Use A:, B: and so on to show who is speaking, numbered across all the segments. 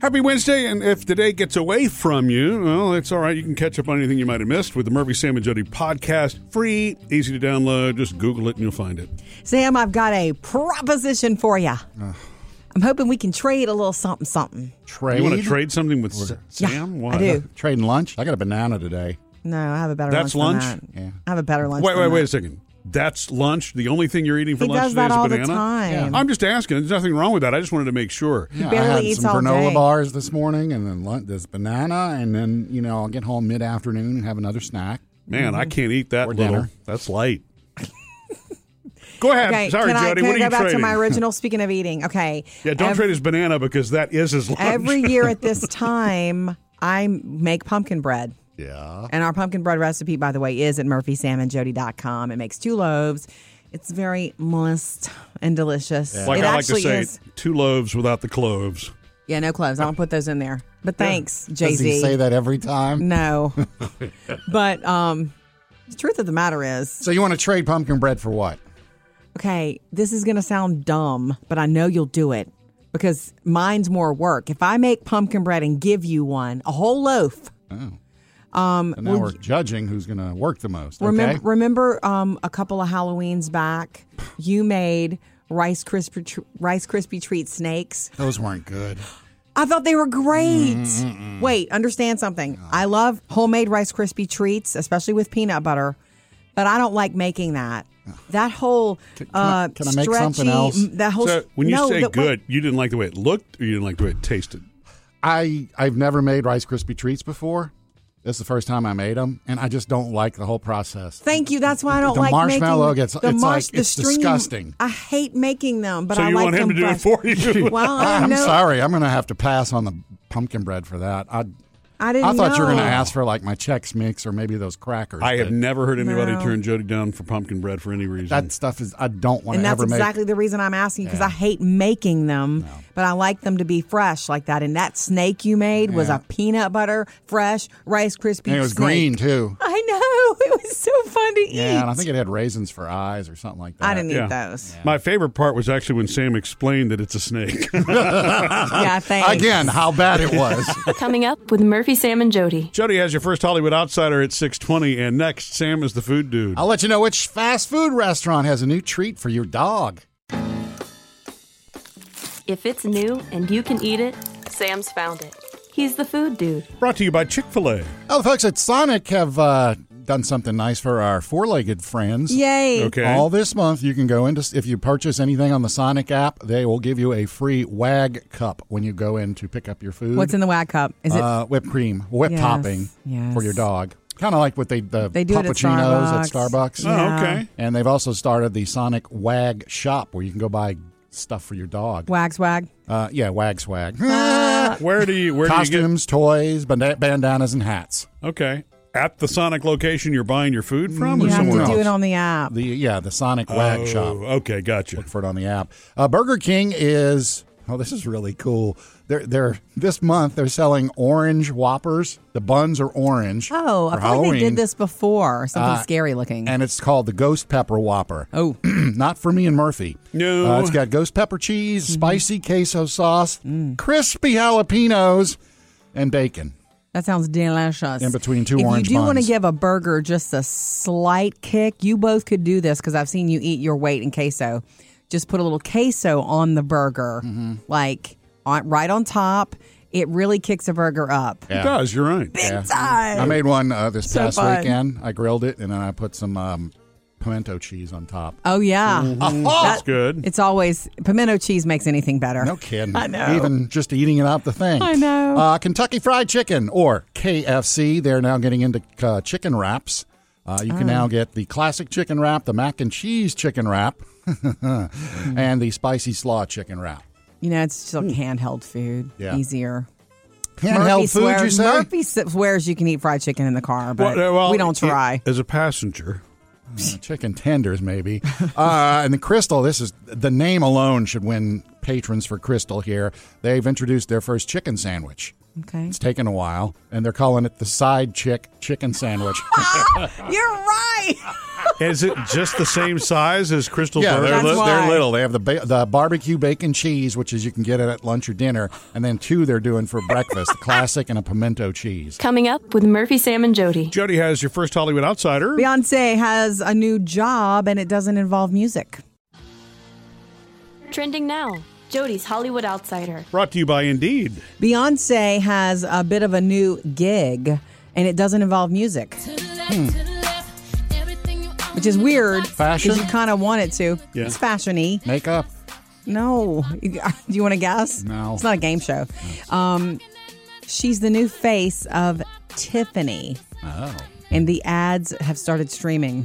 A: Happy Wednesday, and if the day gets away from you, well, it's all right. You can catch up on anything you might have missed with the Murphy, Sam, and Jody podcast. Free, easy to download. Just Google it and you'll find it.
B: Sam, I've got a proposition for you. I'm hoping we can trade a little something, something.
C: Trade.
A: You want to trade something with S-
B: Yeah,
A: Sam? Why?
B: I do.
C: Trading lunch. I got a banana today.
B: No, I have a better
A: That's
B: lunch.
A: lunch?
B: Than that.
C: Yeah.
B: I have a better lunch.
A: Wait,
B: than
A: wait, wait a
B: that.
A: second. That's lunch. The only thing you're eating for
B: He
A: lunch
B: does
A: today
B: that
A: is
B: all
A: a banana.
B: the time. Mm-hmm.
A: I'm just asking. There's nothing wrong with that. I just wanted to make sure.
C: Yeah,
B: barely
C: I had
B: eats all
C: some granola
B: day.
C: bars this morning, and then lunch, this banana, and then you know I'll get home mid afternoon and have another snack.
A: Man, I can't eat that
C: Or
A: little.
C: dinner.
A: That's light. go ahead.
B: Okay,
A: Sorry,
B: can I,
A: Jody.
B: can
A: what
B: I
A: are
B: go
A: you
B: back
A: trading?
B: to my original? Speaking of eating, okay.
A: yeah, don't
B: Ev-
A: trade his banana because that is his lunch.
B: Every year at this time, I make pumpkin bread.
C: Yeah.
B: And our pumpkin bread recipe, by the way, is at murphysamandjody.com. It makes two loaves. It's very moist and delicious.
A: like
B: it
A: I like to
B: actually
A: say,
B: is.
A: two loaves without the cloves.
B: Yeah, no cloves. I don't put those in there. But thanks, Jay
C: Does
B: Z.
C: he say that every
B: Mm.
C: time?
B: No. but um the truth of the matter is,
C: So you want to trade pumpkin bread for what?
B: okay, this is going to sound dumb, but I know you'll do it because mine's more work. If I make pumpkin bread and give you one, a whole loaf.
C: So now we're judging who's going to work the most. Okay.
B: Remember remember um a couple of Halloweens back, you made Rice Krispie tr- Rice Krispie treat snakes.
C: Those weren't good.
B: I thought they were great.
A: Mm-hmm,
B: Wait, understand something. I love homemade Rice Krispie treats, especially with peanut butter, but I don't like making that. That whole
C: I-
B: uh,
C: can I make
B: stretchy,
C: something else?
B: m- That whole
A: So when you
B: no,
A: say
B: that-
A: good, you didn't like the way it looked, or you didn't like the way it tasted.
C: I I've never made Rice Krispie treats before. This is the first time I made them, and I just don't like the whole process.
B: Thank you. That's why I don't
C: The
B: like
C: marshmallow
B: making
C: gets- it's like-
B: the
C: it's
B: stringy-
C: disgusting.
B: I hate making them, but
A: so
B: I
A: you
B: like
A: want him to
B: them
A: do it
B: fresh.
A: for you?
B: Well, I don't
C: I'm
B: know.
C: sorry. I'm going to have to pass on the pumpkin bread for that. I
B: I didn't.
C: I thought you were going to
B: know.
C: ask for like my Chex Mix or maybe those crackers.
A: I
C: but
A: have never heard anybody
B: No.
A: turn Jody down for pumpkin bread for any reason.
C: that stuff is I don't want
B: and
C: to
B: that's
C: ever make.
B: exactly the reason I'm asking because I hate making them, but I like them to be fresh like that. And that snake you made was a peanut butter fresh Rice Krispie.
C: and it was
B: snake.
C: green too.
B: I know it was so fun to eat.
C: Yeah, and I think it had raisins for eyes or something like that.
B: I didn't eat
A: Yeah.
B: those.
A: My favorite part was actually when Sam explained that it's a snake.
B: Yeah, thanks.
C: Again, how bad it was.
D: Coming up with Murphy, Sam, and Jody.
A: Jody has your first Hollywood Outsider at 620, and next, Sam is the food dude.
C: I'll let you know which fast food restaurant has a new treat for your dog.
D: If it's new and you can eat it, Sam's found it. He's the food dude.
A: Brought to you by Chick fil A.
C: Oh, folks at Sonic have uh, done something nice for our four-legged friends.
B: Yay.
A: Okay.
C: All this month, you can go into if you purchase anything on the Sonic app, they will give you a free Wag cup when you go in to pick up your food.
B: What's in the wag cup? Is it?
C: uh, whipped cream, whipped
B: Yes,
C: topping
B: yes.
C: for your dog. Kind of like what they the
B: They do it at
C: puppuccinos at
B: Starbucks.
C: Starbucks.
A: Oh, okay.
C: And they've also started the Sonic Wag shop where you can go buy stuff for your dog.
B: Wags wag. Uh,
C: Uh, yeah, Wag swag.
A: Where do you where do you
C: Costumes, toys, banda- bandanas, and hats.
A: get Okay. At the Sonic location you're buying your food from
B: You
A: or
B: have
A: somewhere
B: to do
A: else?
B: it on the app.
C: The yeah, the Sonic Wag
A: Oh,
C: shop.
A: Okay, gotcha.
C: Look for it on the app. Uh, Burger King is oh, this is really cool. They're they're this month they're selling orange Whoppers. The buns are orange.
B: Oh, I feel like
C: for
B: they
C: Halloween. Uh,
B: did this before. Something scary looking.
C: and it's called the Ghost Pepper Whopper.
B: oh,
C: Not for me and Murphy.
A: No.
C: Uh, it's got ghost pepper cheese,
B: Mm-hmm.
C: spicy queso sauce,
B: Mm.
C: crispy jalapenos, and bacon.
B: that sounds delicious.
C: In between two
B: if
C: orange
B: you do want to
C: buns.
B: give a burger just a slight kick, you both could do this because I've seen you eat your weight in queso. Just put a little queso on the burger,
C: Mm-hmm.
B: like on, right on top. It really kicks a burger up.
A: It does, you're right.
B: Big time.
C: Mm-hmm. I made one uh, this
B: So
C: past
B: fun.
C: weekend. I grilled it and then I put some um, pimento cheese on top.
B: Oh yeah,
C: Mm-hmm.
A: That's good.
B: it's always pimento cheese makes anything better.
C: No kidding.
B: I know.
C: Even just eating it out the thing.
B: I know.
C: Uh, Kentucky Fried Chicken or KFC. They're now getting into uh, chicken wraps. Uh, you can
B: Mm.
C: now get the classic chicken wrap, the mac and cheese chicken wrap, and the spicy slaw chicken wrap.
B: You know, it's just like handheld food,
C: Hmm. Yeah.
B: easier.
C: Handheld food,
B: swears,
C: you say?
B: Murphy s- swears you can eat fried chicken in the car, but
A: Well, uh, well,
B: we don't
A: it-
B: try.
A: as a passenger,
C: chicken tenders maybe uh, and the crystal this is the name alone should win patrons for crystal here they've introduced their first chicken sandwich
B: okay,
C: it's taken a while and they're calling it the side chick chicken sandwich
B: you're right.
A: Is it just the same size as Crystal
C: Yeah,
A: Burger?
C: they're,
B: That's
C: li-
B: why.
C: they're little. They have the ba- the barbecue bacon cheese, which is you can get it at lunch or dinner, and then two they're doing for breakfast: the classic and a pimento cheese.
D: Coming up with Murphy, Sam, and Jody.
A: Jody has your first Hollywood outsider.
B: Beyonce has a new job and it doesn't involve music.
D: Trending now. Jody's Hollywood Outsider.
A: Brought to you by Indeed.
B: Beyonce has a bit of a new gig and it doesn't involve music, Hmm. which is weird.
C: Fashion?
B: Because you kind of want it to.
A: Yeah.
B: It's fashiony.
C: Makeup.
B: No. Do you want to guess?
C: No.
B: It's not a game show. Um, she's the new face of Tiffany.
C: Oh,
B: and the ads have started streaming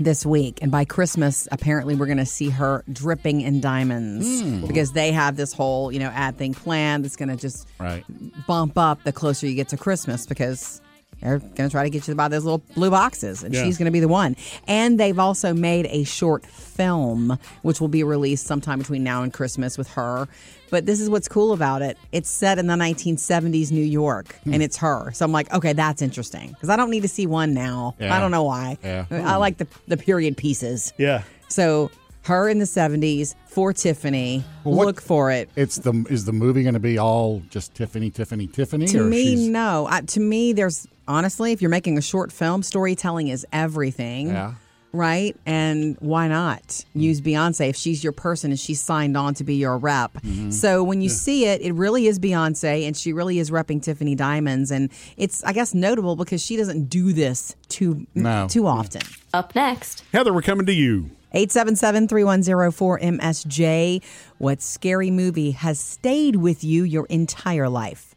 B: this week and by christmas apparently we're going to see her dripping in diamonds because they have this whole you know ad thing planned that's going to just
C: right.
B: bump up the closer you get to christmas because they're going to try to get you to buy those little blue boxes and
A: Yeah.
B: she's going to be the one and they've also made a short film which will be released sometime between now and christmas with her but this is what's cool about it it's set in the 1970s new york
C: Hmm.
B: and it's her so i'm like okay that's interesting because i don't need to see one now
C: Yeah.
B: i don't know why
C: Yeah.
B: I- i like the, the period pieces
A: Yeah.
B: so her in the 70s for tiffany
C: what-
B: look for it
C: It's the is the movie going to be all just Tiffany, Tiffany, Tiffany?
B: To
C: or
B: me,
C: she's-
B: no. I, to me, there's honestly, if you're making a short film, storytelling is everything.
C: Yeah.
B: Right? And why not use Beyonce if she's your person and she's signed on to be your rep?
C: Mm-hmm.
B: So when you see it, it really is Beyonce and she really is repping Tiffany Diamonds. And it's, I guess, notable because she doesn't do this too,
C: No.
B: too often.
D: Up next.
A: Heather, we're coming to you.
B: 877-3104-MSJ. What scary movie has stayed with you your entire life?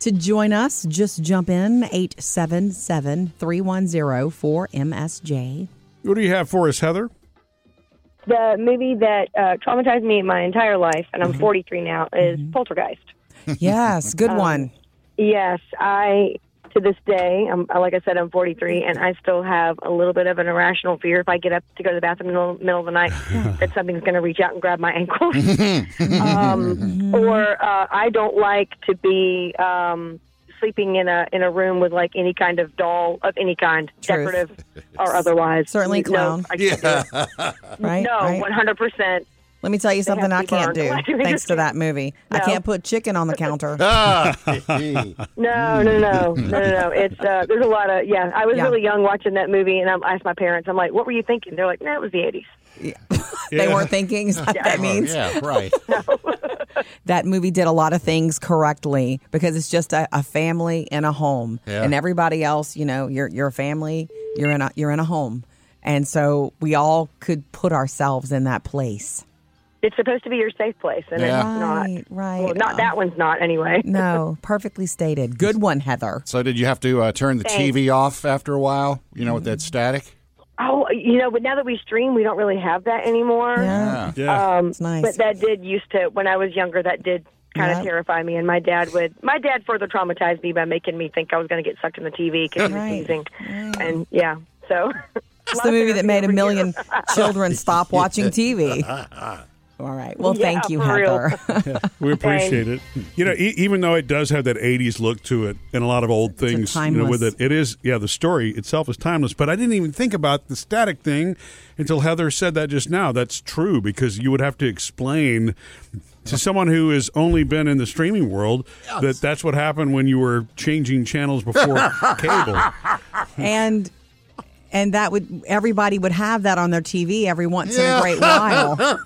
B: To join us, just jump in 877-3104-MSJ.
A: What do you have for us, Heather?
E: The movie that uh, traumatized me my entire life, and I'm 43 now, is
B: Mm-hmm.
E: Poltergeist.
B: Yes,
E: Um,
B: good one.
E: Yes, I to this day, I'm, like I said, I'm 43, and I still have a little bit of an irrational fear. If I get up to go to the bathroom in the middle- middle of the night, that something's going to reach out and grab my ankles.
B: Mm-hmm.
E: um, or uh, I don't like to be um, sleeping in a in a room with like any kind of doll of any kind,
B: Truth.
E: decorative or otherwise.
B: Certainly
E: No,
B: clown.
E: I can't do it.
B: Right?
E: No,
B: right?
E: 100. percent
B: Let me tell you something
E: have
B: I
E: to be
B: can't do
E: burned.
B: thanks to that movie. I
E: No.
B: can't put chicken on the counter.
C: Ah, hey.
E: No, no, no, no, no, no. It's uh, there's a lot of yeah. I was
B: Yeah.
E: really young watching that movie, and I asked my parents, I'm like, "What were you thinking?" They're like, "No, it was the '80s."
B: They weren't thinking. Is that what that means?
C: yeah, right.
B: that movie did a lot of things correctly because it's just a, a family in a home,
C: Yeah.
B: and everybody else, you know, you're you're a family, you're in a you're in a home, and so we all could put ourselves in that place.
E: It's supposed to be your safe place, and
C: Yeah.
E: it's not.
B: Right, right. Oh.
E: Well, not that one's not anyway.
B: No, perfectly stated. Good one, Heather.
C: So did you have to uh, turn the TV off after a while? You know, with that static.
E: Oh, you know, but now that we stream, we don't really have that anymore. Um,
B: Yeah,
A: Yeah.
B: it's nice.
E: But that did used to when I was younger. That did kind
B: Yeah.
E: of terrify me, and my dad would. My dad further traumatized me by making me think I was going to get sucked in the TV because he was
B: Right.
E: teasing, and yeah. So
B: it's the movie that made a million children stop watching TV. All right. Well,
E: Yeah,
B: thank you,
E: for real.
B: Heather.
A: We appreciate it. You know, e- even though it does have that 80s look to it and a lot of old things you know,
B: timeless.
A: with it, it is, yeah, the story itself is timeless. But I didn't even think about the static thing until Heather said that just now. That's true because you would have to explain to someone who has only been in the streaming world that that's what happened when you were changing channels before cable.
B: and and that would everybody would have that on their TV every once in
C: Yeah.
B: a great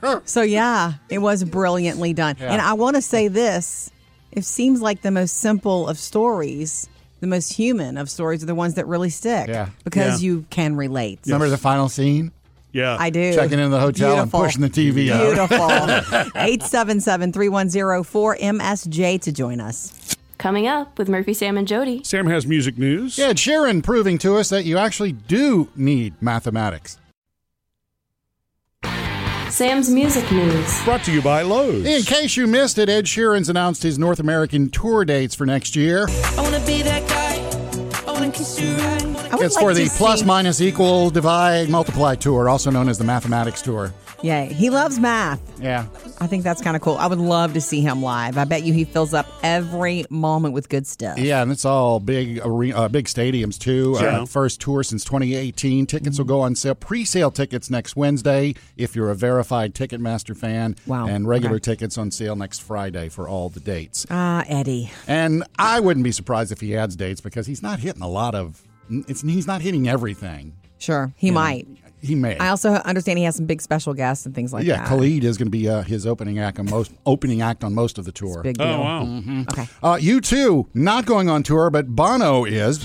B: while. so yeah, it was brilliantly done. And I want to say this: it seems like the most simple of stories, the most human of stories, are the ones that really stick.
C: Yeah.
B: because
A: Yeah.
B: you can relate.
C: Remember the final scene?
A: Yeah.
B: I do.
C: Checking into the hotel and pushing the TV out.
B: Beautiful. 877 msj to join us.
D: Coming up with Murphy, Sam, and Jody.
A: Sam has music news.
C: Yeah, and Sharon proving to us that you actually do need mathematics.
D: Sam's music news.
A: Brought to you by Lowe's.
C: In case you missed it, Ed Sheeran's announced his North American tour dates for next year.
F: I wanna be that guy. I wanna kiss you right.
B: I would
C: it's
B: like
C: for
B: to
C: the
B: see-
C: plus minus equal divide multiply tour, also known as the mathematics tour.
B: Yay. He loves math.
C: Yeah.
B: I think that's kind of cool. I would love to see him live. I bet you he fills up every moment with good stuff.
C: Yeah, and it's all big are- uh, big stadiums too.
A: Yeah.
C: Uh, first tour since 2018. Tickets will go on sale. Pre-sale tickets next Wednesday if you're a verified Ticketmaster fan.
B: Wow.
C: And regular
B: Okay.
C: tickets on sale next Friday for all the dates.
B: Ah, Eddie.
C: And I wouldn't be surprised if he adds dates because he's not hitting a lot of. It's, he's not hitting everything.
B: Sure, he might.
C: He may.
B: I also understand he has some big special guests and things like
C: yeah,
B: that.
C: Khalid is going to be uh, his opening act on most opening act on most of the tour.
B: Big deal. Mm-hmm.
A: Oh, wow.
B: Okay.
C: Uh, you too, not going on tour, but Bono is.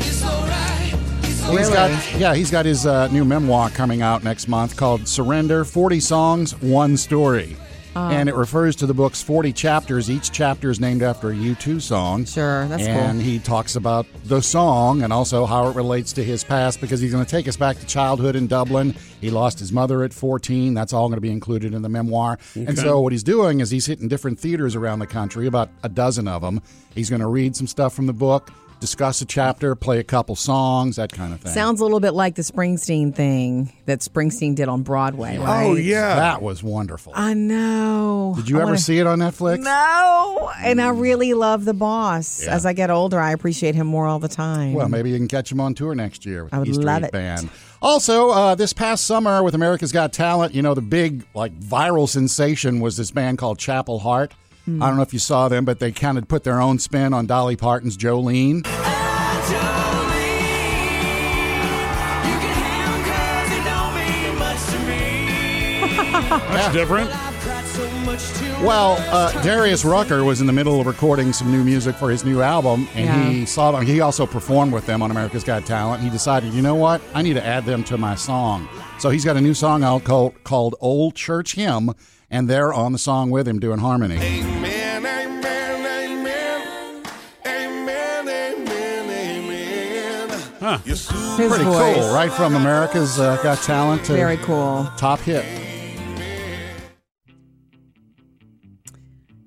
F: It's alright. It's
C: He's
F: alright.
C: got, yeah, he's got his uh, new memoir coming out next month called Surrender 40 Songs, One Story.
B: Oh.
C: and it refers to the book's 40 chapters. Each chapter is named after a U2 song.
B: Sure, that's cool.
C: And he talks about the song and also how it relates to his past because he's going to take us back to childhood in Dublin. He lost his mother at 14. That's all going to be included in the memoir. And so what he's doing is he's hitting different theaters around the country, about a dozen of them. He's going to read some stuff from the book. Discuss a chapter, play a couple songs, that kind of thing.
B: Sounds a little bit like the Springsteen thing that Springsteen did on Broadway, right?
A: Oh, yeah.
C: That was wonderful.
B: I know.
C: Oh. Did you
B: I
C: ever
B: wanna-
C: see it on Netflix?
B: No. And I really love the boss.
C: Yeah.
B: As I get older, I appreciate him more all the time.
C: Well, maybe you can catch him on tour next year with
B: I would
C: the Easter
B: love
C: Egg
B: it.
C: Band. Also, uh, this past summer with America's Got Talent, you know, the big like viral sensation was this band called Chapel Heart.
B: Hmm.
C: I don't know if you saw them, but they kind of put their own spin on Dolly Parton's Jolene.
F: Jolene, you can hang 'cause it don't mean much to me.
A: That's different.
F: I've cried so much too
C: Well,
F: much.
C: uh, Darius Rucker was in the middle of recording some new music for his new album, and he
B: Yeah.
C: saw them. He also performed with them on America's Got Talent. He decided, you know what? I need to add them to my song. So he's got a new song out called, called Old Church Hymn, and they're on the song with him doing harmony.
G: Amen, amen, amen. Amen, amen, amen.
B: His
C: Pretty
B: voice.
C: cool, right? From America's uh, Got Talent to
B: Very cool.
C: top hit.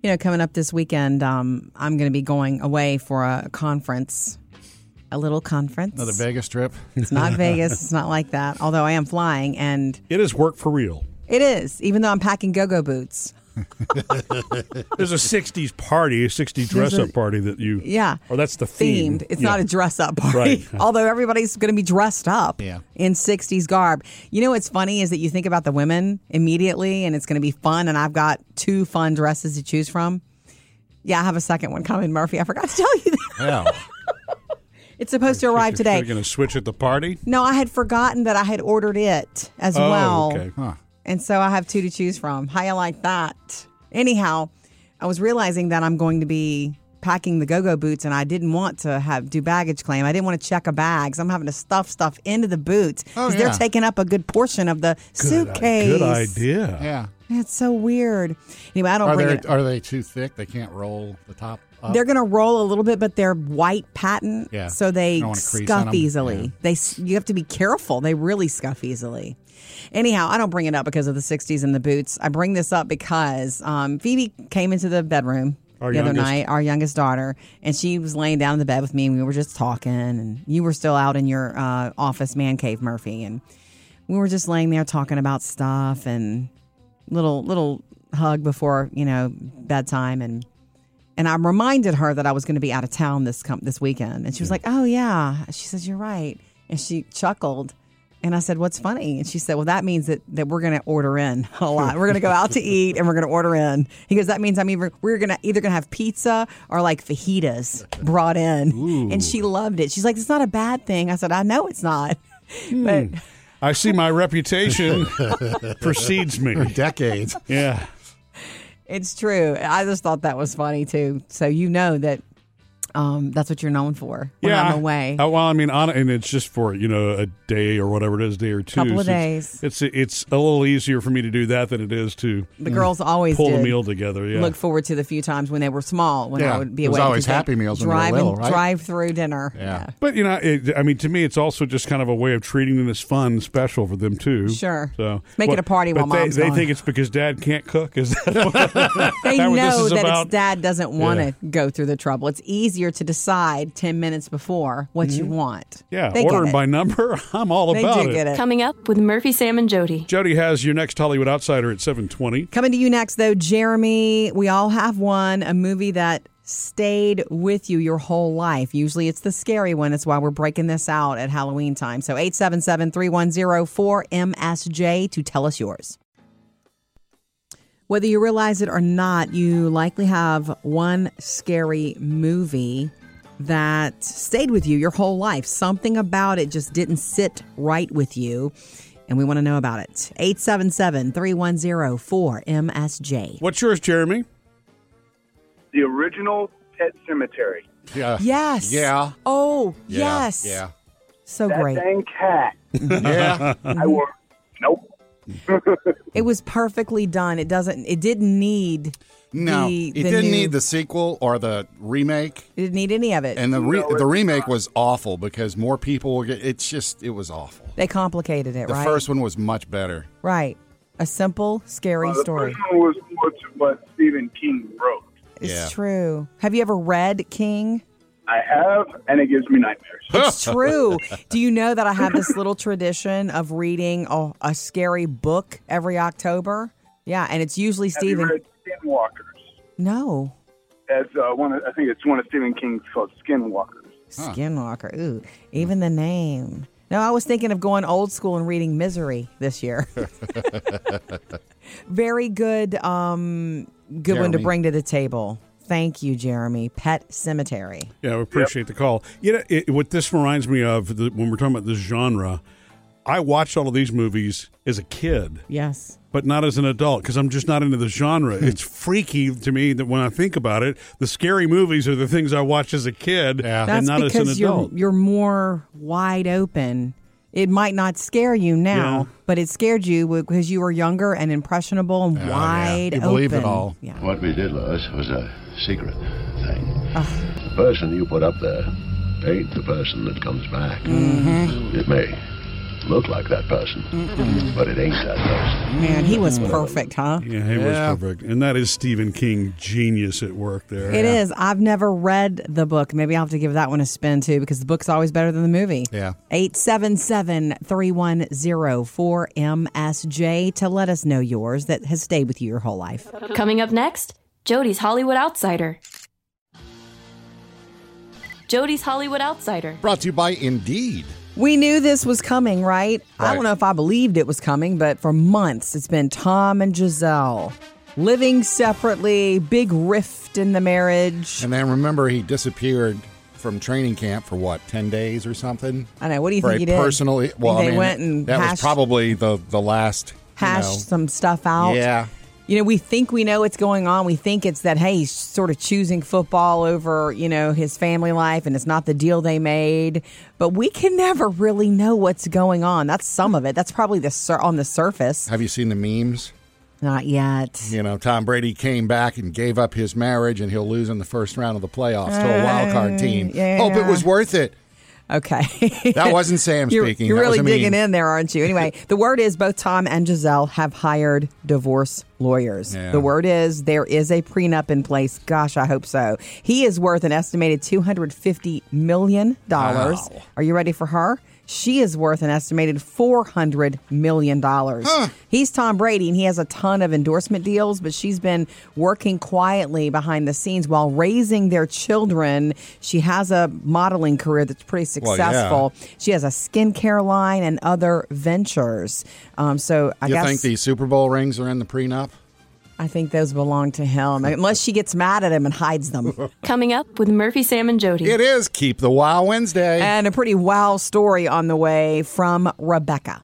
B: You know, coming up this weekend, um, I'm going to be going away for a conference, a little conference.
C: Another Vegas trip.
B: It's not Vegas. It's not like that. Although I am flying, and
A: It is work for real.
B: it is. Even though I'm packing go-go boots.
A: There's a 60s party, a 60s dress up party that you.
B: Yeah.
A: Or Oh, that's the theme.
B: themed. It's
A: Yeah.
B: not a dress up party.
A: Right.
B: Although everybody's going to be dressed up
C: Yeah.
B: in 60s garb. You know what's funny is that you think about the women immediately and it's going to be fun. And I've got two fun dresses to choose from. Yeah, I have a second one coming, Murphy. I forgot to tell you that.
C: Yeah.
B: It's supposed to arrive
A: You're
B: today.
A: going to switch at the party?
B: No, I had forgotten that I had ordered it as
A: Oh,
B: well.
A: okay.
C: Huh.
B: And so I have two to choose from. How you like that? Anyhow, I was realizing that I'm going to be packing the go-go boots and I didn't want to have do baggage claim. I didn't want to check a bag. So I'm having to stuff stuff into the boots because
C: yeah.
B: they're taking up a good portion of the suitcase.
A: Good idea.
C: Yeah.
B: It's so weird. Anyway, I don't
C: Are
B: bring
C: they
B: it.
C: are they too thick? They can't roll the top up.
B: they're going to roll a little bit, but they're white patent,
C: Yeah.
B: so they
C: You don't wanna crease on
B: scuff
C: 'em.
B: easily.
C: Yeah.
B: They s- you have to be careful. They really scuff easily. Anyhow, I don't bring it up because of the '60s and the boots. I bring this up because um, Phoebe came into the bedroom
A: Our
B: the other
A: youngest.
B: night, our youngest daughter, and she was laying down in the bed with me, and we were just talking. And you were still out in your uh, office, man cave, Murphy, and we were just laying there talking about stuff and little little hug before you know bedtime and and I reminded her that I was going to be out of town this com- this weekend, and she was like, "Oh yeah," she says, "You're right," and she chuckled. And I said, "What's funny?" And she said, "Well, that means that, that we're going to order in a lot. We're going to go out to eat, and we're going to order in." He goes, "That means I'm either we're going to either going to have pizza or like fajitas brought in." And she loved it. She's like, "It's not a bad thing." I said, "I know it's not." But
A: Hmm. I see my reputation precedes me.
C: decades.
A: Yeah.
B: It's true. I just thought that was funny too. So you know that um, that's what you're known for when
A: yeah.
B: I'm away.
A: Uh, well, I mean, on, and it's just for, you know, a day or whatever it is, day or two.
B: Couple of
A: So it's-
B: days.
A: It's, it's, a little easier for me to do that than it is to
B: the girls always
A: pull
B: did
A: the meal together. Yeah.
B: look forward to the few times when they were small when
C: Yeah.
B: I would be
C: It was
B: away.
C: always
B: 'cause they
C: Happy Meals when we were
B: drive
C: little,
B: and
C: right?
B: drive through dinner.
C: Yeah.
A: But you know, it, I mean, to me, it's also just kind of a way of treating them as fun, and special for them too.
B: Sure.
A: So
B: Make it a party
A: but
B: while
A: they,
B: mom's
A: They
B: gone.
A: think it's because dad can't cook. Is that what-
B: They
A: that what this
B: know
A: is
B: that
A: about?
B: it's dad doesn't want to
A: Yeah.
B: go through the trouble. It's easier easier to decide 10 minutes before what you want.
A: Mm-hmm. Yeah,
B: They
A: order
B: get
A: them
B: it.
A: by number. I'm all
B: They
A: about
B: do
A: it.
B: get it.
D: Coming up with Murphy, Sam, and Jody.
A: Jody has your next Hollywood Outsider at 720.
B: Coming to you next, though, Jeremy, we all have one, a movie that stayed with you your whole life. Usually it's the scary one. That's why we're breaking this out at Halloween time. So 877 310 4MSJ to tell us yours. Whether you realize it or not, you likely have one scary movie that stayed with you your whole life. Something about it just didn't sit right with you. And we want to know about it. 877 310 4MSJ.
A: What's yours, Jeremy?
H: the original Pet Cemetery.
C: Yeah.
B: Yes.
C: Yeah.
B: Oh,
C: Yeah.
B: yes.
C: Yeah.
B: So
H: That
B: great.
H: dang cat.
C: Yeah.
H: I will. Nope.
B: It was perfectly done. It doesn't, it didn't need,
C: No,
B: The-
C: it
B: the
C: didn't
B: new-
C: need the sequel or the remake,
B: it didn't need any of it.
C: and the re-
H: No, it
C: the
H: did
C: remake
H: not.
C: was awful because more people were. Get, it's just it was awful.
B: they complicated it,
C: The
B: right?
C: first one was much better.
B: Right. A simple, scary
H: Uh, the
B: story.
H: first one was what, what Stephen King wrote.
B: It's
C: Yeah.
B: true. Have you ever read King?
H: I have, and it gives me nightmares.
B: It's true. Do you know that I have this little tradition of reading a, a scary book every October? Yeah, and it's usually
H: Have you
B: Stephen.
H: read Skinwalkers?
B: No,
H: As uh, one, of, I think it's one of Stephen King's called Skinwalkers.
B: Skinwalker. Ooh,
C: Hmm.
B: even the name. No, I was thinking of going old school and reading Misery this year. Very good, um, good one to
C: Jeremy.
B: bring to the table. Thank you, Jeremy. Pet Cemetery.
A: Yeah, we appreciate the call. You know, it, what this reminds me of the, when we're talking about this genre, I watched all of these movies as a kid,
B: Yes.
A: but not as an adult because I'm just not into the genre.
C: Hmm.
A: it's freaky to me that when I think about it, the scary movies are the things I watched as a kid
C: Yeah.
A: and
B: That's
A: not as
B: because
A: an adult.
B: you're you're more wide open. It might not scare you now,
A: Yeah.
B: but it scared you because you were younger and impressionable
A: Oh,
B: and wide
C: You
B: open.
C: believe it all.
B: Yeah.
I: What we did, Lois, was a secret thing. The person you put up there ain't the person that comes back. It may look like that person, but it ain't that person.
B: Man, he was perfect, huh?
A: yeah, it
C: Yeah.
A: was perfect. And that is Stephen King genius at work there.
B: It is. I've never read the book. Maybe I'll have to give that one a spin too because the book's always better than the movie.
C: Yeah.
B: 877 310 4MSJ to let us know yours that has stayed with you your whole life.
D: Coming up next, Jody's Hollywood Outsider. Jody's Hollywood Outsider.
C: Brought to you by Indeed.
B: We knew this was coming, right? I
C: Right.
B: don't know if I believed it was coming, but for months it's been Tom and Giselle living separately, big rift in the marriage.
C: And then remember, he disappeared from training camp for what, ten days or something?
B: I know. What do you
C: for
B: think
C: a
B: he did?
C: personal. Well,
B: they
C: I mean,
B: went and
C: that was
B: hashed,
C: probably the the last. you
B: hashed
C: know.
B: some stuff out.
C: Yeah.
B: You know, we think we know what's going on. We think it's that, hey, he's sort of choosing football over, you know, his family life and it's not the deal they made. But we can never really know what's going on. That's some of it. That's probably the sur- on the surface.
C: Have you seen the memes?
B: Not yet.
C: You know, Tom Brady came back and gave up his marriage, and he'll lose in the first round of the playoffs to a wild card team.
B: yeah.
C: Hope it was worth it.
B: Okay.
C: That wasn't Sam
B: you're,
C: speaking.
B: You're
C: That was
B: really
C: a meme.
B: digging in there, aren't you? Anyway, the word is both Tom and Giselle have hired divorce lawyers.
C: Yeah.
B: The word is there is a prenup in place. Gosh, I hope so. He is worth an estimated two hundred fifty million dollars.
C: Wow.
B: Are you ready for her? She is worth an estimated four hundred million dollars. He's Tom Brady, and he has a ton of endorsement deals. But she's been working quietly behind the scenes while raising their children. She has a modeling career that's pretty
C: Well, yeah.
B: successful. She has a skincare line and other ventures. Um, so I
C: You
B: guess
C: think the Super Bowl rings are in the prenup?
B: I think those belong to him, unless she gets mad at him and hides them.
D: Coming up with Murphy, Sam, and Jody.
C: It is Keep the Wow Wednesday.
B: and a pretty wow story on the way from Rebecca.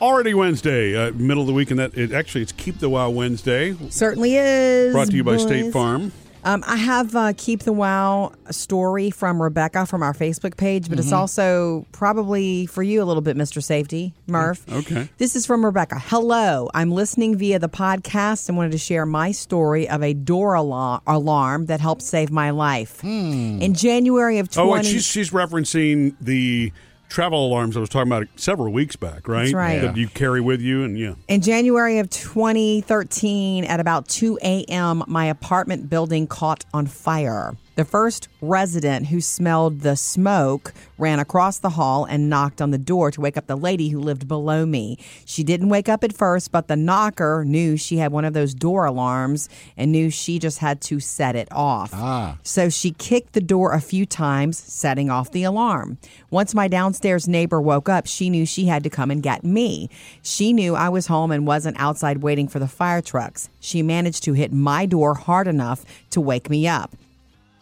A: Already Wednesday, uh, middle of the week, and that it actually it's Keep the Wow Wednesday.
B: Certainly is
A: Brought to you by
B: boys.
A: State Farm.
B: Um, I have uh, Keep the Wow story from Rebecca from our Facebook page, but it's also probably for you a little bit, Mr. Safety, Murph.
A: Okay.
B: This is from Rebecca. Hello, I'm listening via the podcast and wanted to share my story of a door ala- alarm that helped save my life. In January of 20-
A: Oh, and she's she's referencing the travel alarms I was talking about several weeks back, right?
B: That's right.
A: That you carry with you, and yeah.
B: In January of 2013, at about 2 a.m., my apartment building caught on fire. The first resident who smelled the smoke ran across the hall and knocked on the door to wake up the lady who lived below me. She didn't wake up at first, but the knocker knew she had one of those door alarms and knew she just had to set it off. So she kicked the door a few times, setting off the alarm. Once my downstairs neighbor woke up, she knew she had to come and get me. She knew I was home and wasn't outside waiting for the fire trucks. She managed to hit my door hard enough to wake me up.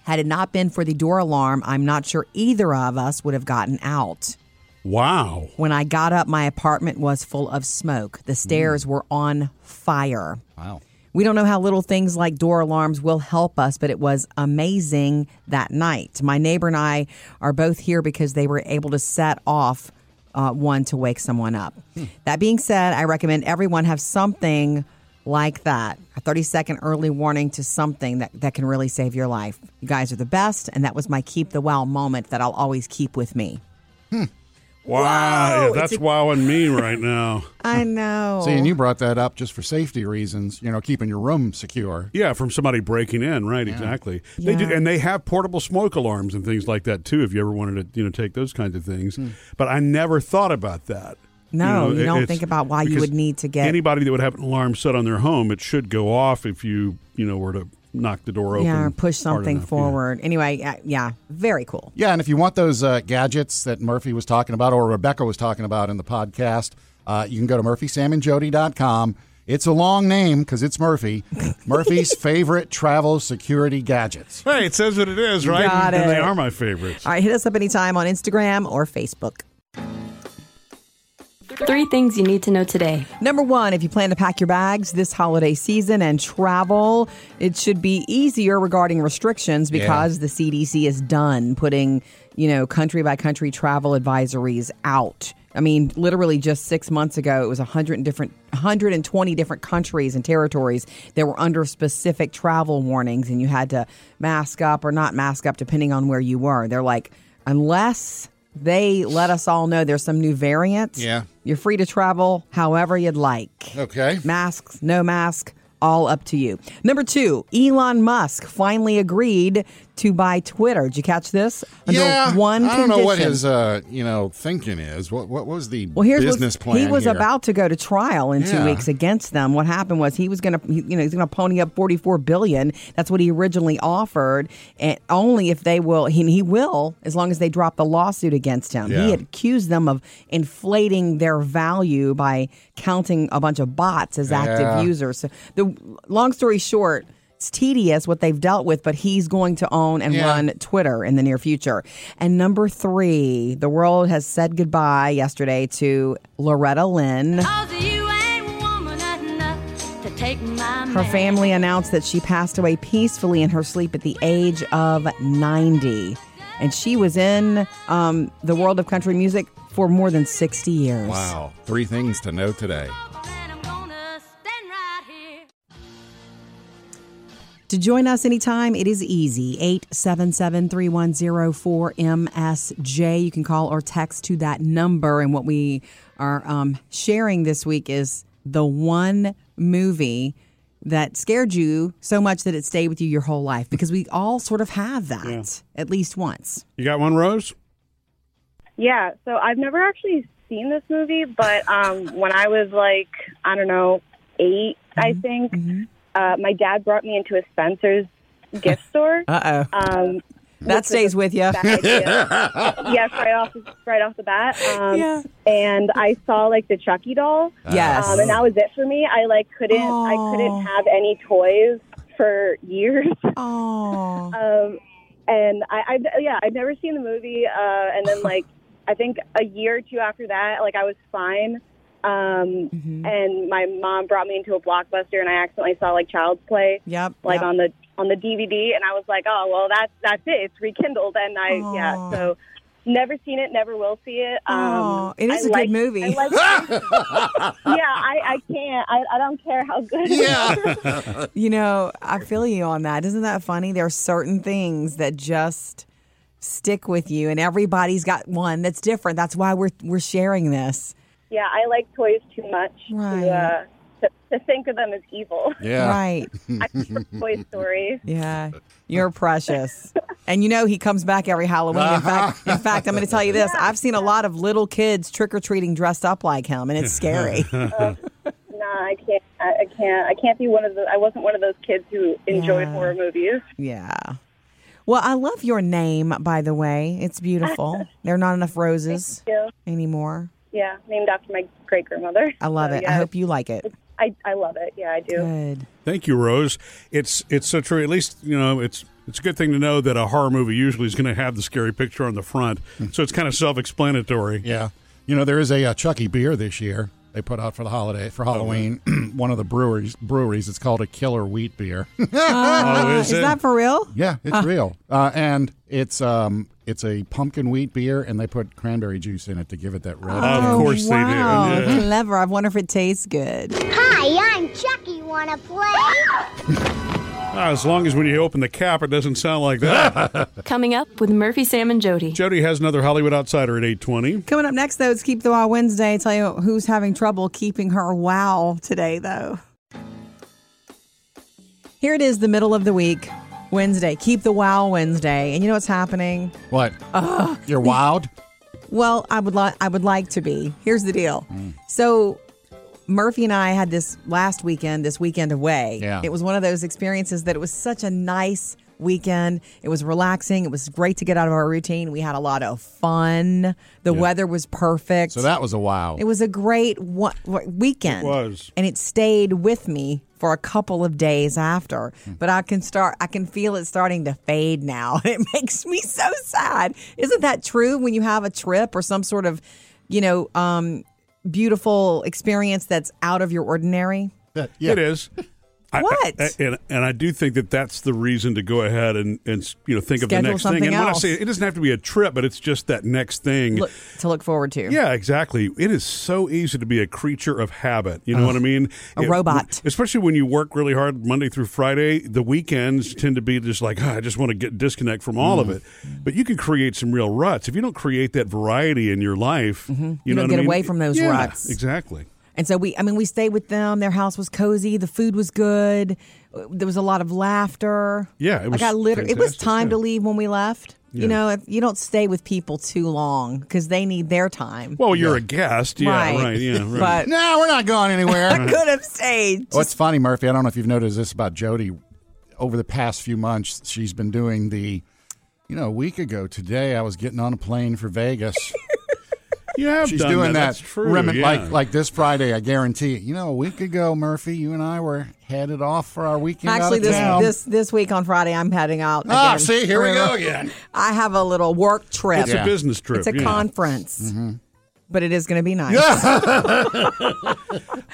B: Had it not been for the door alarm, I'm not sure either of us would have gotten out.
A: Wow.
B: When I got up, my apartment was full of smoke. The stairs were on fire.
C: Hmm. Wow.
B: We don't know how little things like door alarms will help us, but it was amazing that night. My neighbor and I are both here because they were able to set off uh, one to wake someone up.
C: Hmm.
B: That being said, I recommend everyone have something like that a 30 second early warning to something that, that can really save your life. You guys are the best, and that was my keep the wow moment that I'll always keep with me.
A: Wow. Yeah,
B: It's
A: that's
B: a-
A: wowing me right now.
B: I know.
C: See, and you brought that up just for safety reasons, you know, keeping your room secure.
A: Yeah, from somebody breaking in, right? Exactly. They do,
B: Yeah.
A: and they have portable smoke alarms and things like that too. If you ever wanted to, you know, take those kinds of things. But I never thought about that.
B: Hmm. No, you
A: it-
B: don't
A: it's-
B: think about why you
A: because
B: would need to get-
A: anybody that would have an alarm set on their home. It should go off if you, you know, were to knock the door open.
B: yeah, or push
A: hard
B: something
A: enough, yeah.
B: forward. Anyway, uh, yeah, very cool.
C: Yeah, and if you want those uh, gadgets that Murphy was talking about or Rebecca was talking about in the podcast, uh, you can go to murphysamandjody.com. It's a long name because it's Murphy. Murphy's favorite travel security gadgets.
A: Hey, it says what it is, right?
B: got
A: and they
B: it.
A: are my favorites.
B: All right, hit us up anytime on Instagram or Facebook.
D: Three things you need to know today.
B: Number one, if you plan to pack your bags this holiday season and travel, it should be easier regarding restrictions because the CDC is done putting, you know, country by country travel advisories out. I mean, literally just six months ago, it was 100 and different, 120 different countries and territories that were under specific travel warnings, and you had to mask up or not mask up depending on where you were. They're like, unless they let us all know there's some new variant,
C: Yeah.
B: you're free to travel however you'd like.
C: Okay.
B: Masks, no mask, all up to you. Number two, Elon Musk finally agreed to buy Twitter. Did you catch this? Under
C: yeah,
B: one
C: I don't know what
B: condition.
C: his uh, you know thinking is. What what was the
B: Well, here's
C: business
B: what
C: plan?
B: he was
C: here?
B: about to go to trial in
C: Yeah.
B: two weeks against them. What happened was he was going to, you know, he's going to pony up forty four billion. That's what he originally offered, and only if they will, he, he will, as long as they drop the lawsuit against him.
C: Yeah.
B: He had accused them of inflating their value by counting a bunch of bots as
C: Yeah.
B: active users. So the long story short. It's tedious what they've dealt with, but he's going to own and
C: Yeah.
B: run Twitter in the near future. And number three, the world has said goodbye yesterday to Loretta Lynn. Her family announced that she passed away peacefully in her sleep at the age of 90. And she was in um, the world of country music for more than 60 years.
C: Wow, three things to know today.
B: To join us anytime, it is easy. 877 msj You can call or text to that number. And what we are um, sharing this week is the one movie that scared you so much that it stayed with you your whole life because we all sort of have that at least once.
A: You got one, Rose?
E: Yeah, so I've never actually seen this movie, but um, when I was like, I don't know, 8
B: Mm-hmm.
E: I think, uh, my dad brought me into a Spencer's gift store.
B: Uh oh.
E: Um,
B: That stays with you.
E: bad idea. yes, right off, right off the bat. Um,
B: Yeah.
E: And I saw like the Chucky doll,
B: Yes.
E: um, and that was it for me. I like couldn't, I couldn't have any toys for years.
B: Oh.
E: Um, and I, I, yeah, I'd never seen the movie. Uh, and then like, I think a year or two after that, like I was fine. Um,
B: Mm-hmm.
E: and my mom brought me into a blockbuster and I accidentally saw like child's play,
B: Yep.
E: like
B: yep.
E: on the, on the DVD. And I was like, oh, well that's, that's it. It's rekindled. And I, yeah, so never seen it, never will see it.
B: Aw,
E: Um,
B: it is
E: a
B: a good movie.
E: I like, yeah, I, I can't, I, I don't care how good it is.
C: Yeah,
B: You know, I feel you on that. Isn't that funny? There are certain things that just stick with you. And everybody's got one that's different. That's why we're we're sharing this.
J: Yeah, I like toys too much
B: Right.
J: to, uh, to to think of them as evil.
C: Yeah.
B: Right.
J: I prefer Toy Story.
B: Yeah, you're precious. And you know he comes back every Halloween. In fact, in fact, I'm going to tell you this: I've seen a lot of little kids trick or treating dressed up like him, and it's scary.
J: Nah, I can't. I, I can't. I can't be one of the. I wasn't one of those kids who enjoyed
B: Yeah.
J: horror movies.
B: yeah. Well, I love your name, by the way. It's beautiful. There are not enough roses
J: Yeah,
B: anymore.
J: yeah. Named after my great grandmother.
B: I love it.
J: So,
B: I
J: yeah.
B: hope you like it.
J: I I love it. Yeah, I do.
B: Good.
A: Thank you, Rose. It's it's so true. At least you know it's it's a good thing to know that a horror movie usually is going to have the scary picture on the front, so it's kind of self-explanatory.
C: Hmm. Yeah. You know, there is a uh, Chucky beer this year they put out for the holiday for Halloween. One of the breweries breweries. It's called a Killer Wheat Beer.
A: Oh, is,
B: Is
A: it?
B: that for real?
C: yeah, it's
B: Ah.
C: real. Uh, and it's um it's a pumpkin wheat beer, and they put cranberry juice in it to give it that red.
A: Of
B: Oh,
A: course they do,
B: wow.
A: yeah.
B: Clever. I wonder if it tastes good.
K: Hi, I'm Chucky. Wanna play?
A: Ah, as long as when you open the cap, it doesn't sound like that.
D: Coming up with Murphy, Sam, and Jody.
A: Jody has another Hollywood Outsider at eight twenty.
B: Coming up next, though, it's Keep the Wow Wednesday. Tell you who's having trouble keeping her wow today, though. Here it is, the middle of the week, Wednesday. Keep the Wow Wednesday, and you know what's happening?
C: What?
B: Ah.
C: You're wild?
B: Well, I would like I would like to be. Here's the deal.
C: Mm.
B: So Murphy and I had this last weekend, this weekend away.
C: Yeah.
B: It was one of those experiences that it was such a nice weekend. It was relaxing. It was great to get out of our routine. We had a lot of fun. The weather was perfect.
C: So that was a wow.
B: It was a great wa- wa- weekend.
A: It was.
B: and it stayed with me for a couple of days after.
A: Hmm.
B: But I can start. I can feel it starting to fade now. It makes me so sad. Isn't that true? When you have a trip or some sort of, you know, um, beautiful experience that's out of your ordinary.
C: That- yeah.
A: It is. I- I-
B: What?
A: I- and, and I do think that that's the reason to go ahead and, and you know think of the
B: Schedule
A: next
B: something
A: thing. And when I
B: else.
A: say it doesn't have to be a trip, but it's just that next thing.
B: Look, to look forward to.
A: Yeah, exactly. It is so easy to be a creature of habit. You know what I mean?
B: a
A: It-
B: robot.
A: Especially when you work really hard Monday through Friday, the weekends tend to be just like, "Ah, I just want to get disconnect from all of
B: Mm.
A: it. But you can create some real ruts if you don't create that variety in your life. You,
B: Mm-hmm. You
A: know
B: don't
A: what I
B: get
A: mean?
B: away from those
A: Yeah,
B: ruts.
A: Exactly.
B: And so we, I mean, we stayed with them. Their house was cozy. The food was good. There was a lot of laughter.
A: Yeah, it was
B: like I literally, it was
A: fantastic,
B: time to
A: yeah.
B: leave when we left.
A: Yeah.
B: You know, if you don't stay with people too long because they need their time.
A: Well, you're a guest. Yeah, right. yeah, right. Oh,
B: But
C: No, we're not going anywhere.
B: could have stayed.
C: What's funny, Murphy? I don't know if you've noticed this about Jody. Over the past few months, she's been doing the, you know, a week ago today, I was getting on a plane for Vegas.
A: you have
C: She's
A: done
C: doing that,
A: That's true.
C: remin-
A: yeah.
C: like like this Friday, I guarantee it. You know, a week ago, Murphy, you and I were headed off for our weekend. out
B: Actually,
C: of
B: this
C: town.
B: this this week on Friday, I'm heading out.
C: ah,
B: again.
C: see, here we go again.
B: I have a little work trip.
A: it's a business trip.
B: It's a
A: yeah.
B: conference,
C: Mm-hmm.
B: but it is going to be nice.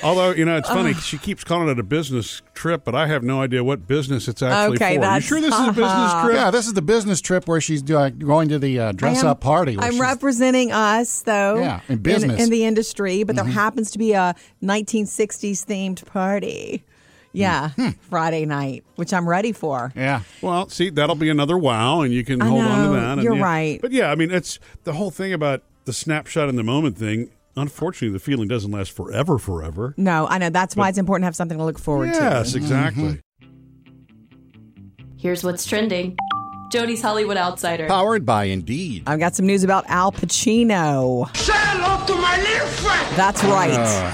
A: Although you know, it's funny. she keeps calling it a business trip, but I have no idea what business it's actually
B: Okay,
A: for.
B: that's-
A: you sure this is a business trip?
C: Yeah, this is the business trip where she's doing, going to the uh,
B: Uh-huh. I
C: dress
B: am-
C: up party. where
B: I'm
C: she's-
B: representing us, though.
C: Yeah, in business. Mm-hmm.
B: in, the industry, but there happens to be a 1960s themed party. Yeah, Friday night, which I'm ready for.
C: Hmm. yeah.
A: Well, see, that'll be another wow, and you can
B: I
A: hold on
B: know,
A: to that. and
B: you're
A: yeah.
B: right.
A: But yeah, I mean, it's the whole thing about the snapshot in the moment thing. Unfortunately, the feeling doesn't last forever, forever.
B: No, I know that's why it's important to have something to look forward
A: Yes,
B: to.
A: exactly.
D: Here's what's trending Jody's Hollywood Outsider.
C: Powered by Indeed.
B: I've got some news about Al Pacino.
F: Say hello to my little friend.
B: That's right.
C: Uh.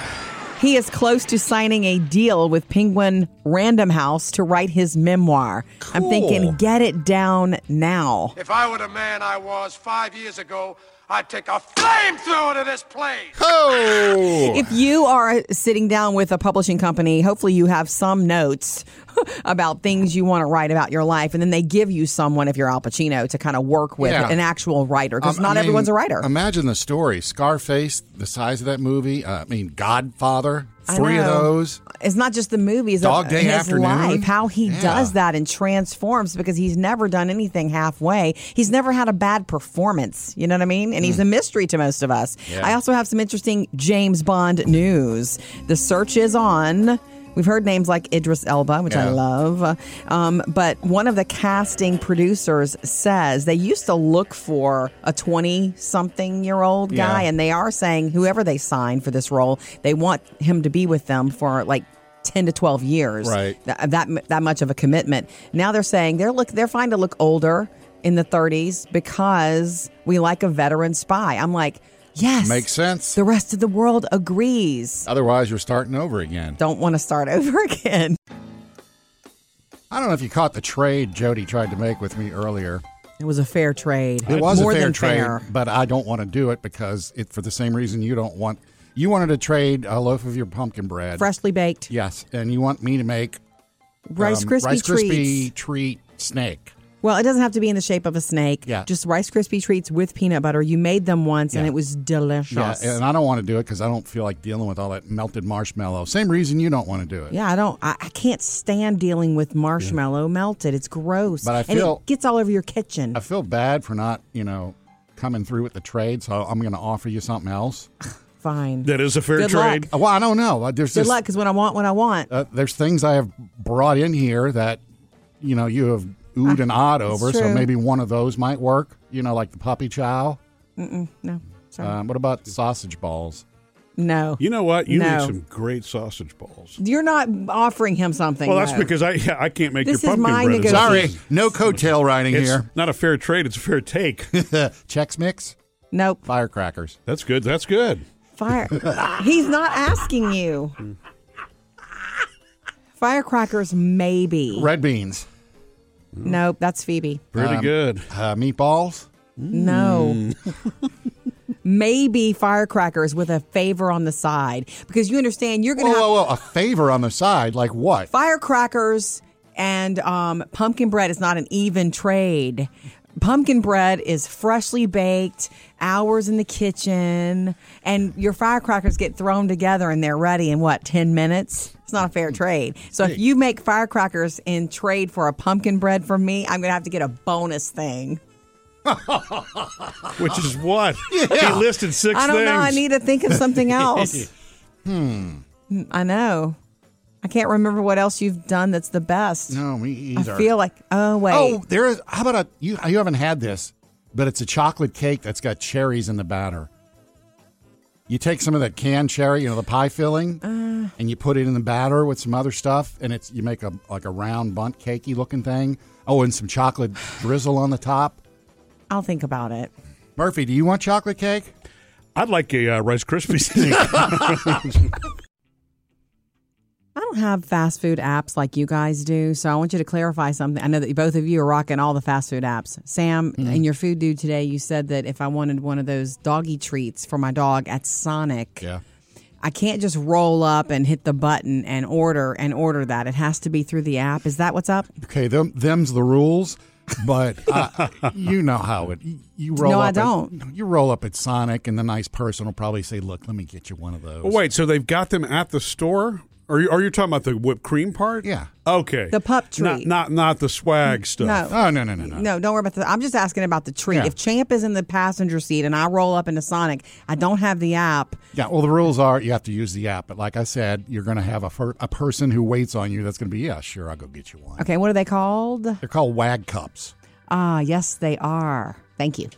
B: He is close to signing a deal with Penguin Random House to write his memoir. I'm
C: Cool.
B: thinking, get it down now.
F: If I were the man I was five years ago, I'd take a flamethrower to this place.
C: Oh,
B: If you are sitting down with a publishing company, hopefully you have some notes about things you want to write about your life, and then they give you someone, if you're Al Pacino, to kind of work with
C: Yeah.
B: an actual writer because
C: Um,
B: not
C: I mean,
B: everyone's a writer.
C: Imagine the story: Scarface, the size of that movie. Uh, I mean, Godfather,
B: I
C: three of
B: know.
C: those.
B: It's not just the movies,
C: Dog
B: uh,
C: Day
B: his
C: Afternoon.
B: life, how he
C: Yeah.
B: does that and transforms because he's never done anything halfway. He's never had a bad performance. You know what I mean? And
L: Mm.
B: he's a mystery to most of us. I also have some interesting James Bond news. The search is on We've heard names like Idris Elba, which I
L: Yeah.
B: love. Um, but one of the casting producers says they used to look for a 20 something year old
L: Yeah.
B: guy, and they are saying whoever they sign for this role, they want him to be with them for like 10 to 12 years.
L: Right.
B: Th- uh, that, that much of a commitment. Now they're saying they're look they're fine to look older in the 30s because we like a veteran spy. I'm like, yes.
C: Makes sense.
B: The rest of the world agrees.
C: Otherwise, you're starting over again.
B: Don't want to start over again.
C: I don't know if you caught the trade Jody tried to make with me earlier.
B: It was a fair trade.
C: It was
B: More
C: a fair
B: than
C: trade,
B: fair.
C: but I don't want to do it because it for the same reason you don't want. You wanted to trade a loaf of your pumpkin bread,
B: Freshly baked.
C: Yes, and you want me to make
B: Rice
C: um,
B: Krispie
C: Rice
B: treats.
C: Krispie treat snake.
B: Well, it doesn't have to be in the shape of a snake.
C: Yeah.
B: Just Rice Krispie treats with peanut butter. You made them once and
C: Yeah.
B: it was delicious.
C: Yeah, and I don't want to do it because I don't feel like dealing with all that melted marshmallow. Same reason you don't want to do it.
B: Yeah, I don't. I, I can't stand dealing with marshmallow melted. It's gross.
C: But I
B: and
C: feel-
B: it gets all over your kitchen.
C: I feel bad for not, you know, coming through with the trade, so I'm going to offer you something else. Uh,
B: Fine.
A: That is a fair
B: Good
A: trade.
B: luck.
C: Well, I don't know. There's
B: Good
C: just-
B: luck, because when I want, what I want.
C: uh, there's things I have brought in here that you know you have oohed and odd
B: It's
C: over, so
B: Ah, true.
C: maybe one of those might work. You know, like the puppy chow.
B: Mm-mm, no, sorry.
C: Um, what about sausage balls?
B: no.
A: You know what? You
B: No.
A: make some great sausage balls.
B: You're not offering him something.
A: Well, that's
B: though.
A: because I yeah, I can't make
B: This
A: your
B: is
A: pumpkin
B: my
A: bread. and
C: Sorry,
A: sausage.
C: no coattail riding
A: It's
C: here.
A: not a fair trade. It's a fair take.
C: Chex Mix,
B: Nope.
C: firecrackers.
A: That's good. That's good.
B: Fire. He's not asking you. Firecrackers, maybe.
C: Red beans.
B: Nope, that's Phoebe.
A: Pretty
C: Um,
A: good.
C: Uh, meatballs.
B: No. Maybe firecrackers with a favor on the side. Because you understand you're going
C: Whoa,
B: to have
C: whoa, whoa! A favor on the side, like what?
B: firecrackers and um, pumpkin bread is not an even trade. Pumpkin bread is freshly baked, hours in the kitchen, and your firecrackers get thrown together and they're ready in what, 10 minutes? It's not a fair trade. So if you make firecrackers in trade for a pumpkin bread from me, I'm going to have to get a bonus thing.
A: Which is what? He listed six
B: I don't
A: things.
B: know. I need to think of something else.
C: Hmm.
B: I know. I can't remember what else you've done that's the best.
C: No, me either.
B: I feel like, oh, wait.
C: Oh, there is. How about a you? You haven't had this, but it's a chocolate cake that's got cherries in the batter. You take some of that canned cherry, you know, the pie filling,
B: Uh.
C: and you put it in the batter with some other stuff, and it's you make a like a round bunt cakey looking thing. Oh, and some chocolate drizzle on the top.
B: I'll think about it.
C: Murphy, do you want chocolate cake?
A: I'd like a uh, Rice Krispies thing.
B: I don't have fast food apps like you guys do, so I want you to clarify something. I know that both of you are rocking all the fast food apps. Sam,
C: Mm-hmm.
B: in your food dude today, you said that if I wanted one of those doggy treats for my dog at Sonic,
C: Yeah.
B: I can't just roll up and hit the button and order and order that. It has to be through the app. Is that what's up?
C: Okay, them them's the rules, but uh, you know how it. You roll.
B: No, I
C: up at-
B: don't.
C: you roll up at Sonic, and the nice person will probably say, "Look, let me get you one of those."
A: Oh, wait, so they've got them at the store? Are you, are you talking about the whipped cream part?
C: Yeah.
A: Okay.
B: The pup
A: Not
B: treat.
A: not, not the swag stuff.
B: No.
C: Oh no no no no.
B: No, don't worry about that. I'm just asking about the treat.
C: Yeah.
B: If Champ is in the passenger seat and I roll up into Sonic, I don't have the app.
C: Yeah, well, the rules are you have to use the app, but like I said, you're going to have a, fir- a person who waits on you that's going to be, yeah, sure, I'll go get you one.
B: Okay, what are they called?
C: They're called wag cups.
B: Ah, yes, they are. Thank you.